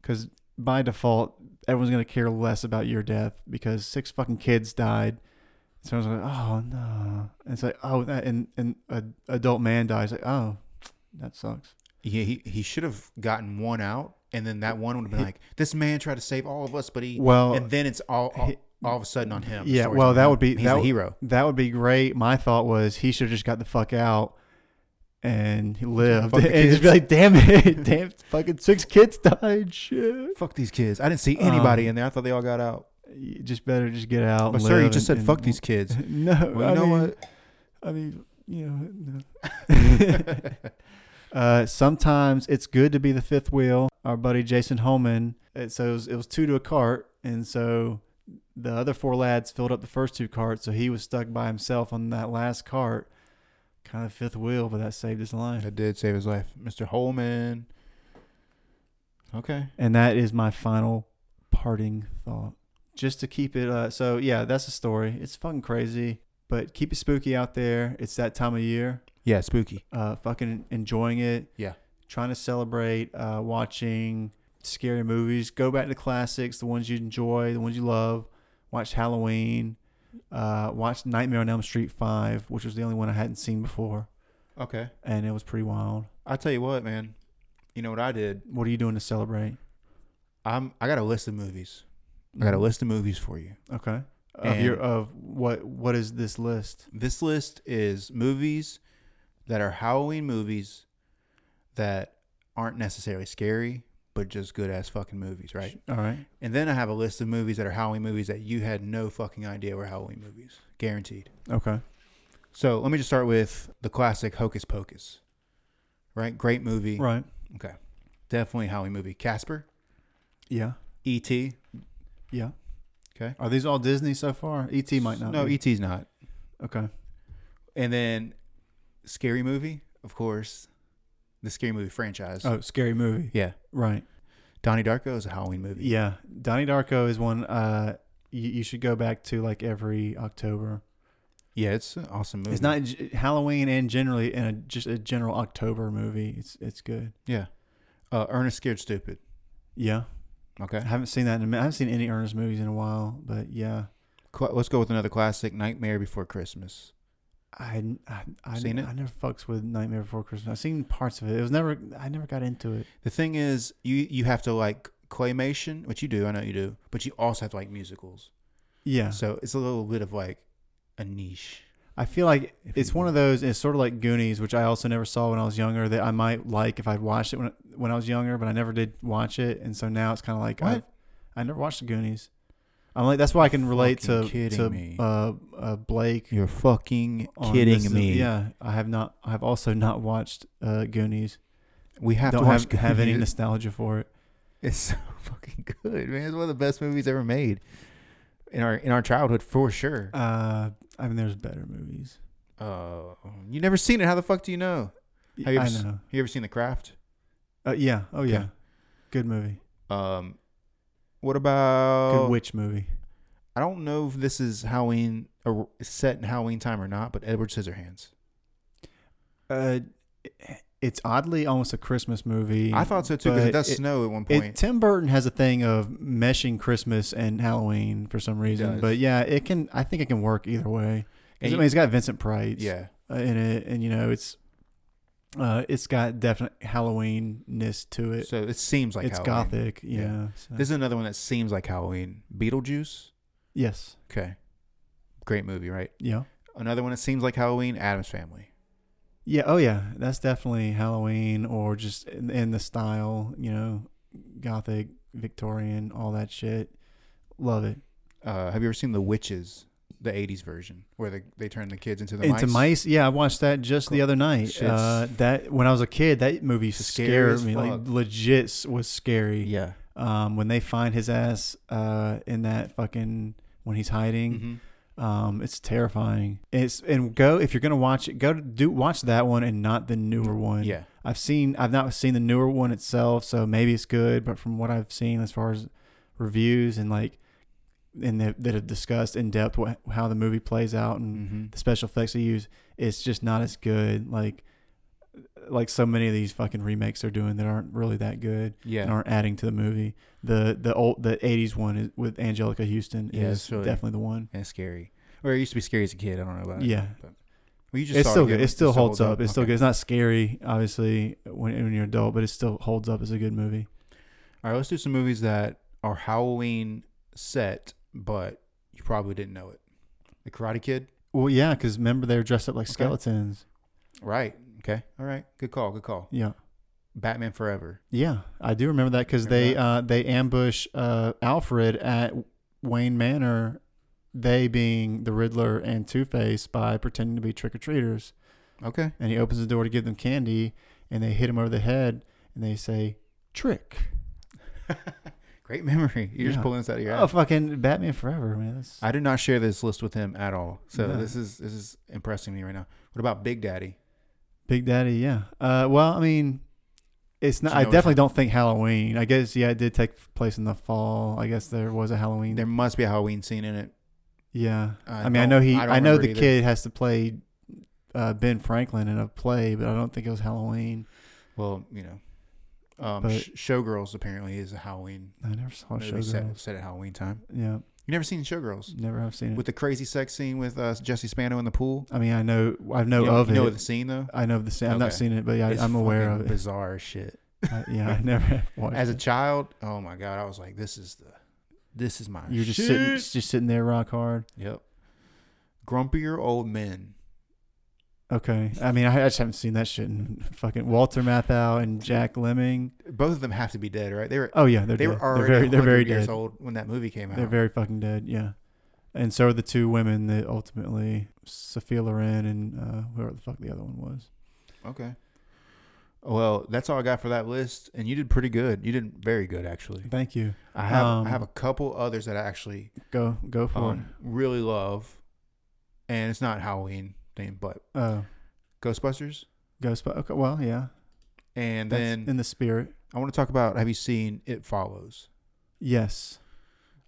because by default, everyone's going to care less about your death because six fucking kids died. So I was like, oh, no. And it's like, oh, that, and, and an adult man dies. Like, oh, that sucks.
Yeah, he, he should have gotten one out, and then that one would have been like, "This man tried to save all of us, but he."
Well,
and then it's all all, all of a sudden on him. The
Yeah,
story's
well,
on
that
him.
would be
he's
that
a
w-
hero.
That would be great. My thought was he should have just got the fuck out and he lived,
Fuck
and
the
just be like, "Damn it, damn, fucking six kids died." Shit,
Fuck these kids! I didn't see anybody in there. I thought they all got out.
you just better just get out.
But
and
sir, you
live
just said
and- and-
"fuck these kids."
No,
Well, you
I
know
mean,
what?
I mean, you know. no. uh, sometimes it's good to be the fifth wheel. Our buddy Jason Holman. uh, So it was, it was two to a cart, and so the other four lads filled up the first two carts. So he was stuck by himself on that last cart, kind of fifth wheel, but that saved his life.
That did save his life, Mister Holman. Okay,
And that is my final parting thought. Just to keep it, uh, so yeah, that's the story. It's fucking crazy, but keep it spooky out there. It's that time of year.
yeah, spooky.
uh, fucking enjoying it.
Yeah.
Trying to celebrate, uh, watching scary movies. Go back to classics, the ones you enjoy, the ones you love. Watch Halloween. Uh, watch Nightmare on Elm Street 5, which was the only one I hadn't seen before.
Okay,
And it was pretty wild.
I tell you what, man. You know what I did?
What are you doing to celebrate?
I'm I got a list of movies. I got a list of movies for you.
Okay. Of
And-
your of what what is this list?
This list is movies that are Halloween movies that aren't necessarily scary, but just good ass fucking movies, right?
All right.
And then I have a list of movies that are Halloween movies that you had no fucking idea were Halloween movies, guaranteed.
Okay.
So let me just start with the classic Hocus Pocus, right? Great movie.
Right.
Okay. Definitely Halloween movie. Casper,
Yeah.
E.T.
Yeah.
Okay.
Are these all Disney so far? ET might not.
No,
be.
E.T.'s not.
Okay.
And then Scary Movie, of course, the Scary Movie franchise.
Oh, scary movie.
Yeah.
Right.
Donnie Darko is a Halloween movie.
Yeah, Donnie Darko is one uh you, you should go back to like every October.
Yeah, it's an awesome movie.
It's not g- Halloween and generally and a, just a general October movie. It's it's good.
Yeah. Uh, Ernest Scared Stupid.
Yeah,
Okay.
I haven't seen that in a minute. I haven't seen any Ernest movies in a while, but yeah,
Cla let's go with another classic, Nightmare Before Christmas.
I I, I,
Seen it?
I never fucks with Nightmare Before Christmas. I've seen parts of it. It was never I never got into it.
The thing is, you you have to like claymation, which you do, I know you do, but you also have to like musicals.
Yeah,
So it's a little bit of like a niche.
I feel like
If
it's
you-
one of those. It's sort of like Goonies, which I also never saw when I was younger. That I might like if I'd watched it when when I was younger, but I never did watch it, and so now it's kind of like I
What?
I never watched the Goonies. I'm like that's why I can relate to
Fucking kidding
to
me.
uh, uh Blake.
You're fucking
on this. Yeah, I have not. I have also not watched uh Goonies.
We have
Don't
to watch
have, have any
Goonies.
nostalgia for it.
It's so fucking good, man. It's one of the best movies ever made in our in our childhood for sure.
Uh, I mean, there's better movies.
Uh, you never seen it? How the fuck do you know? Have you
I
ever s-
know.
You ever seen The Craft?
Uh, yeah. Oh yeah.
Okay.
Good movie.
Um, what
Good
about?
witch movie.
I don't know if this is Halloween or set in Halloween time or not, but Edward Scissorhands.
Uh, it's oddly almost a Christmas movie.
I thought so too because it
but
does snow at one
it-
point.
Tim Burton has a thing of meshing Christmas and Halloween for some reason,
does.
but yeah, it can. I think it can work either way. 'Cause,
And
I mean, it's got Vincent Price,
yeah,
uh, in it, and you know, it's uh, it's got definite Halloweenness to it.
so it seems like
it's
Halloween.
gothic, yeah.
Yeah.
so-
This is another one that seems like Halloween. Beetlejuice.
yes,
Okay, great movie, right?
yeah,
Another one that seems like Halloween. Adam's Family.
yeah, oh yeah, that's definitely Halloween or just in, in the style, you know, gothic, Victorian, all that shit. Love it.
Uh, have you ever seen The Witches, the '80s version, where they, they turn the kids into the
into
mice?
mice. Yeah, I watched that just the other night.
Shit's-
Uh, that when I was a kid, that movie used to
Scary
scare
as
me. Like
fuck.
legit s- was scary.
Yeah.
Um, when they find his ass uh, in that fucking when he's hiding,
hmm
um, it's terrifying. It's and go if you're gonna watch it, go to, do watch that one and not the newer one.
Yeah.
I've seen I've not seen the newer one itself, so maybe it's good. But from what I've seen as far as reviews and like and that that have discussed in depth what, how the movie plays out and
Mhm.
the special effects they use, it's just not as good. Like like so many of these fucking remakes they're doing that aren't really that good
Yeah.
and aren't adding to the movie. The the old the '80s one is, with Angelica Houston
Yeah,
is
it's really-
definitely the one.
and scary. Or it used to be scary as a kid. I don't know about it.
Yeah.
but- Well, you just
It's
saw
still
again.
good. It still holds up. It's still
Okay.
good. It's not scary, obviously, when, when you're an adult, but it still holds up as a good movie.
All right, let's do some movies that are Halloween set, but you probably didn't know it. The Karate Kid,
Well, yeah, because remember they were dressed up like skeletons.
right? Okay, all right, good call, good call.
Yeah,
Batman Forever,
yeah, I do remember that because
Remember
they uh, they ambush uh, Alfred at Wayne Manor. They being the Riddler and Two Face by pretending to be trick or treaters,
okay,
and he opens the door to give them candy, and they hit him over the head, and they say trick.
great memory. You're just
Yeah.
pulling this out of your
Oh,
ass.
fucking Batman Forever, man! That's,
I did not share this list with him at all, so
No.
this is this is impressing me right now. What about Big Daddy?
Big Daddy, yeah. Uh, well, I mean, it's not.
you
I
know it's
definitely don't think Halloween. I guess yeah, it did take place in the fall. I guess there was a Halloween.
There must be a Halloween scene in it.
yeah,
I
I, mean, I
don't-
know he.
I don't
I, know
remember
the
either.
kid has to play uh, Ben Franklin in a play, but I don't think it was Halloween.
Well, you know, um,
But-
Sh- Showgirls apparently is a Halloween
I never saw
movie set,
Oh, Showgirls.
set at Halloween time.
Yeah,
You never seen Showgirls
never have seen it.
with the crazy sex scene with uh, Jesse Spano in the pool?
I mean, I know. I know
you know,
of
you
it.
know the scene though.
I know of the scene. I've not
Okay.
seen it, but yeah, I,
It's
I'm aware
fucking
of it.
Bizarre as shit.
I, yeah, I never have watched.
As a
it.
child, oh my god, I was like, this is the, this is my.
you're just
shit.
sitting, just sitting there, rock hard.
Yep. Grumpier old men.
Okay. I mean, I, I just haven't seen that shit in fucking Walter Matthau and Jack Lemming.
Both of them have to be dead, right? They were.
Oh yeah, they're
they
dead.
were already.
they're very they're very
years
dead.
old when that movie came out.
They're very fucking dead. Yeah. And so are the two women that ultimately Sophia Loren and uh, whoever the fuck the other one was.
okay. Well, that's all I got for that list, and you did pretty good. You did very good, actually.
Thank you.
I have
Um,
I have a couple others that I actually
Go go for
um, really love, and it's not Halloween thing, but
it. Oh,
Ghostbusters.
Ghost. Okay, well, yeah.
And
That's
then
in the spirit.
I want to talk about Have you seen It Follows?
Yes.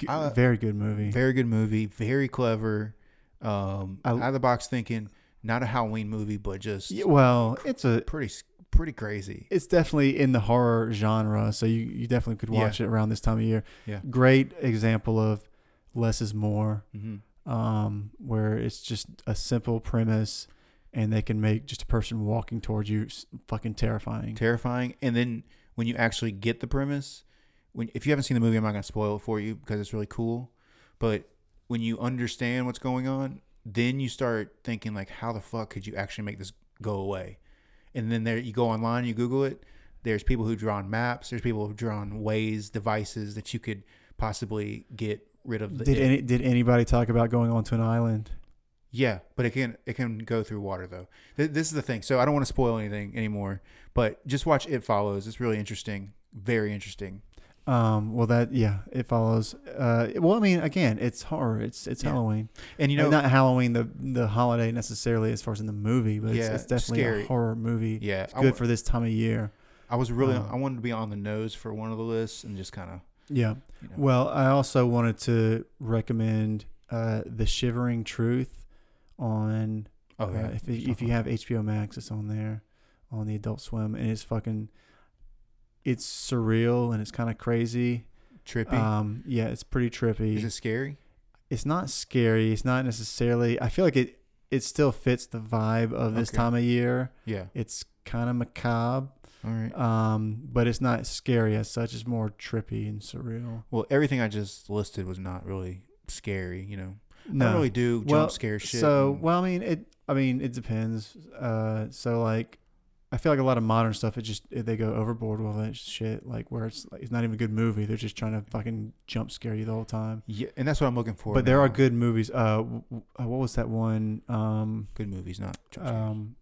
G-
I-
very good movie.
uh, Very good movie, very clever, um,
I-
out of the box thinking. Not a Halloween movie, but just
Yeah, well, it's a
pretty s- pretty crazy.
it's definitely in the horror genre, so you, you definitely could watch it around this time of year.
Yeah.
Great example of less is more,
hmm
um, where it's just a simple premise and they can make just a person walking towards you s- fucking terrifying.
Terrifying. And then when you actually get the premise, when if you haven't seen the movie, I'm not going to spoil it for you because it's really cool. But when you understand what's going on, then you start thinking like, how the fuck could you actually make this go away? And then there you go online, you Google it. There's people who've drawn maps. There's people who've drawn ways, devices that you could possibly get rid of. The
did
it.
any did anybody talk about going onto an island?
Yeah, but it can it can go through water though. Th- this is the thing. So I don't want to spoil anything anymore, but just watch It Follows. It's really interesting, very interesting.
Um, well, that yeah, it follows. Uh, well, I mean, again, it's horror. It's it's
Yeah.
Halloween.
And you know,
not Halloween the the holiday necessarily as far as in the movie, but
Yeah,
it's, it's definitely
scary.
a horror movie.
Yeah,
it's
I
good
wa-
for this time of year.
I was really
um,
I wanted to be on the nose for one of the lists and just kind of
Yeah.
you know.
Well, I also wanted to recommend uh, The Shivering Truth on
oh
uh,
yeah,
if you- if you have HBO Max, it's on there on the Adult Swim, and it's fucking it's surreal and it's kind of crazy.
trippy,
Um, yeah, it's pretty trippy.
is it scary?
it's not scary. It's not necessarily. I feel like it it still fits the vibe of this
Okay.
time of year.
Yeah.
It's kind of macabre,
All right.
um, but it's not scary as such. It's more trippy and surreal.
Well, everything I just listed was not really scary. You know, I
No,
don't really do jump
Well,
scare shit.
So,
and-
well, I mean, it. I mean, it depends. Uh, so like, I feel like a lot of modern stuff, it just they go overboard with all that shit. Like where it's like, it's not even a good movie. They're just trying to fucking jump scare you the whole time.
yeah, and that's what I'm looking for.
But there are
now.
good movies. Uh, w- w- uh, what was that one? Um,
good movies, not jump scares.
um,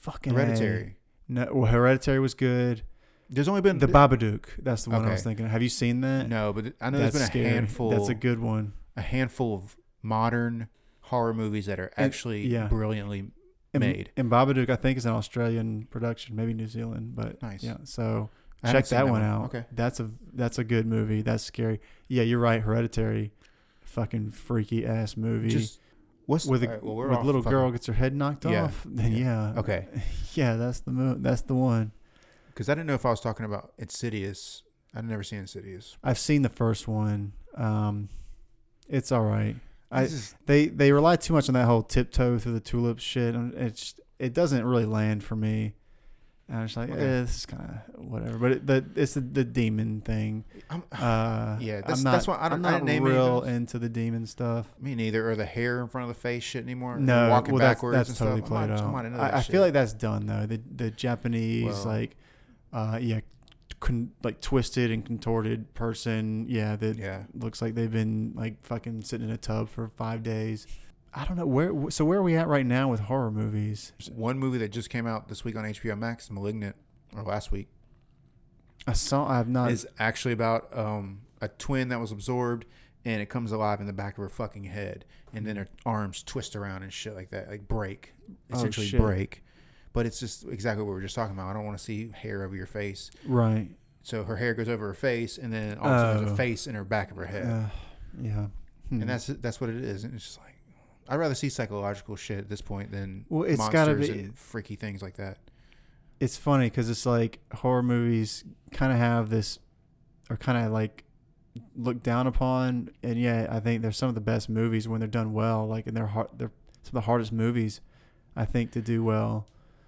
fucking A.
Hereditary.
No, well, Hereditary was good.
There's only been
The Babadook. That's the one I was
Okay.
thinking. of. Have you seen that?
No, but I know
That's
there's been a
scary.
handful.
That's a good one.
a handful of modern horror movies that are
And-
actually
yeah.
brilliantly
And,
made.
And Babadook, I think, is an Australian production, maybe New Zealand, but
Nice.
yeah. So
I haven't
check
seen
that one out.
Okay.
That's a that's a good movie. That's scary. Yeah, you're right. Hereditary, fucking freaky ass movie.
Just what's
with a
all right, well, we're
with
off
little
fucking-
girl gets her head knocked
Yeah.
off. Then yeah.
Okay,
Yeah, that's the mo- that's the one.
because I didn't know if I was talking about Insidious. I've never seen Insidious.
I've seen the first one. Um, it's all right. I, they they rely too much on that whole tiptoe through the tulips shit, and it's it doesn't really land for me. And I'm just like, eh, this is kind of whatever. But it, the it's the, the demon thing.
I'm-
Uh,
Yeah,
I'm
that's-
not,
that's why I don't-
am
I
not
didn't name any of
real
those.
into the demon stuff.
Me neither. Or the hair in front of the face shit anymore. and
No,
walking
well, that's,
backwards.
that's
and
totally
stuff.
played
I'm not,
out.
I'm not into that
I, I
shit.
feel like that's done though. The the Japanese
Well-
like, uh, yeah, con- like twisted and contorted person. Yeah, that
Yeah.
looks like they've been like fucking sitting in a tub for five days. I don't know where. So where are we at right now with horror movies?
one movie that just came out this week on HBO Max, *Malignant*, or last week,
I saw. I have not.
is actually about um, a twin that was absorbed and it comes alive in the back of her fucking head, and then her arms twist around and shit like that, like break, essentially
Oh, shit.
break. But it's just exactly what we were just talking about. I don't want to see hair over your face.
right.
So her hair goes over her face, and then all of a sudden there's
Oh.
a face in her back of her head,
Uh, yeah. Hmm.
and that's that's what it is. And it's just like I'd rather see psychological shit at this point than
Well, it's gotta
monsters
be-
and freaky things like that.
it's funny because it's like horror movies kind of have this are kind of like looked down upon and yet i think they're some of the best movies when they're done well like and they're hard they're some of the hardest movies i think to do well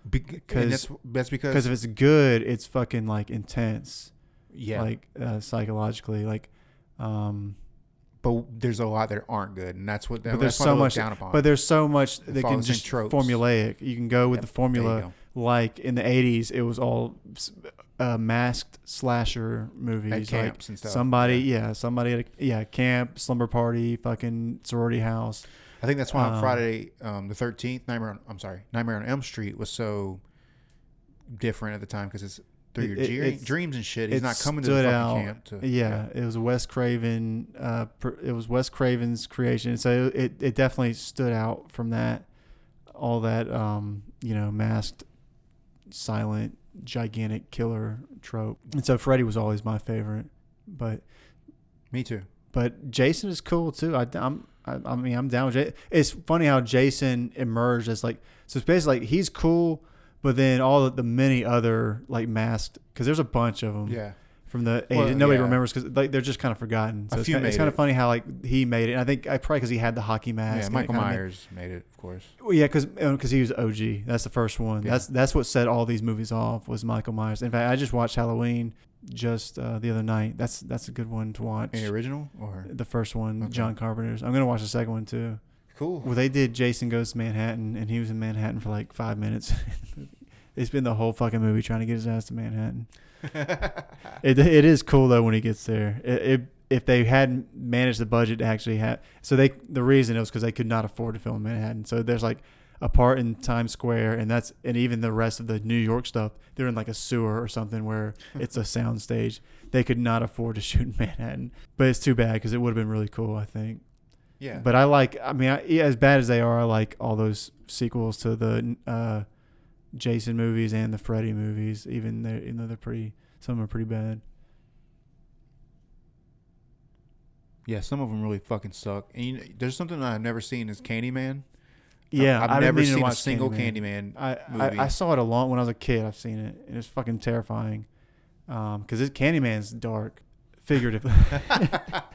Because that's, that's
because
because
if it's good it's fucking like intense
yeah,
like uh, psychologically like um
but there's a lot that aren't good, and that's what.
but
that's
there's
why
so
they look
much
down upon.
but there's so much that can
follows in
just
tropes.
formulaic you can go with
Yep,
the formula
go.
like in the 80s it was all s- uh, masked slasher movies like
camps and stuff,
somebody
yeah.
yeah, somebody at a yeah camp slumber party fucking sorority house
I think that's why on
um,
Friday um, the thirteenth, Nightmare on I'm sorry, Nightmare on Elm Street was so different at the time because it's through your
It-
dre-
it's-
dreams and shit. He's
it
not coming to the
stood
fucking
out.
camp. To,
yeah, it was Wes Craven. Uh, pr- it was Wes Craven's creation, so it it definitely stood out from that. All that um, you know, masked, silent, gigantic killer trope, and so Freddy was always my favorite. But
me too.
but Jason is cool too. I, I'm I, I mean I'm down with Jason. It's funny how Jason emerged as like so it's basically like he's cool, but then all the, the many other like masked because there's a bunch of them
Yeah,
from the 80s.
Well,
Nobody
yeah.
remembers because like, they're just kind of forgotten. So
A
it's
few
kind, of, it's
made
kind
it.
of funny how like he made it. And I think I probably because he had the hockey mask.
yeah.
and it
Michael
kinda made-
Myers made it, of course.
well, yeah, because he was OG. That's the first one.
Yeah.
That's that's what set all these movies off was Michael Myers. In fact, I just watched Halloween just uh, the other night. That's that's a good one to watch.
Any original or
The first one,
Okay.
John Carpenter's. I'm gonna watch the second one too.
cool?
Well, they did Jason Goes to Manhattan, and he was in Manhattan for like five minutes. it's been the whole fucking movie trying to get his ass to Manhattan. It, it is cool though when he gets there. It, it, if they hadn't managed the budget to actually have, so they the reason it was because they could not afford to film in Manhattan. So there's like a part in Times Square, and that's and even the rest of the New York stuff, they're in like a sewer or something where it's a sound stage. They could not afford to shoot in Manhattan, but it's too bad because it would have been really cool, I think.
yeah,
But I like, I mean, I, yeah, as bad as they are, I like all those sequels to the uh, Jason movies and the Freddy movies. Even though, even though they're pretty, some of them are pretty bad.
yeah. Some of them really fucking suck. And you know, there's something I've never seen is Candyman.
Yeah,
I've,
I've been
never
meaning to
seen a
watch
single
Candyman.
Candyman.
I,
movie.
I I saw it a lot when I was a kid. I've seen it, and it's fucking terrifying. Um, because this Candyman's dark, figuratively.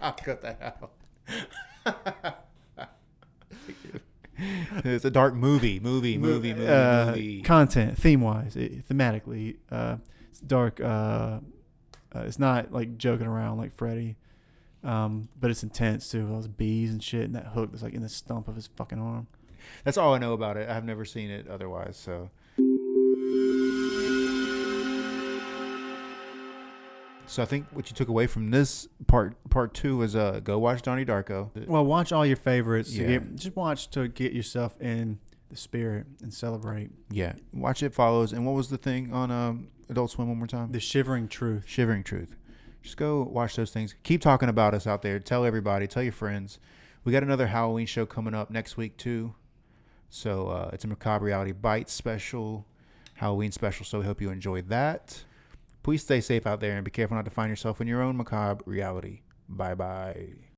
I'll cut that out. it's a dark movie, movie, movie, movie,
uh,
movie.
Content, theme wise, thematically, uh, it's dark. Uh, uh, it's not like joking around like Freddy, um, but it's intense too. with All those bees and shit, and that hook that's like in the stump of his fucking arm.
That's all I know about it. I've never seen it otherwise. So, so I think what you took away from this part, part two, was uh, go watch Donnie Darko.
Well, watch all your favorites. to
Yeah.
get- just watch to get yourself in the spirit and celebrate
Yeah, watch it follows. And what was the thing on um, Adult Swim one more time?
the shivering truth.
Shivering Truth. Just go watch those things. Keep talking about us out there. Tell everybody. Tell your friends. We got another Halloween show coming up next week too. So uh, it's a Macabre Reality Bites special, Halloween special. So we hope you enjoy that. Please stay safe out there and be careful not to find yourself in your own macabre reality. Bye bye.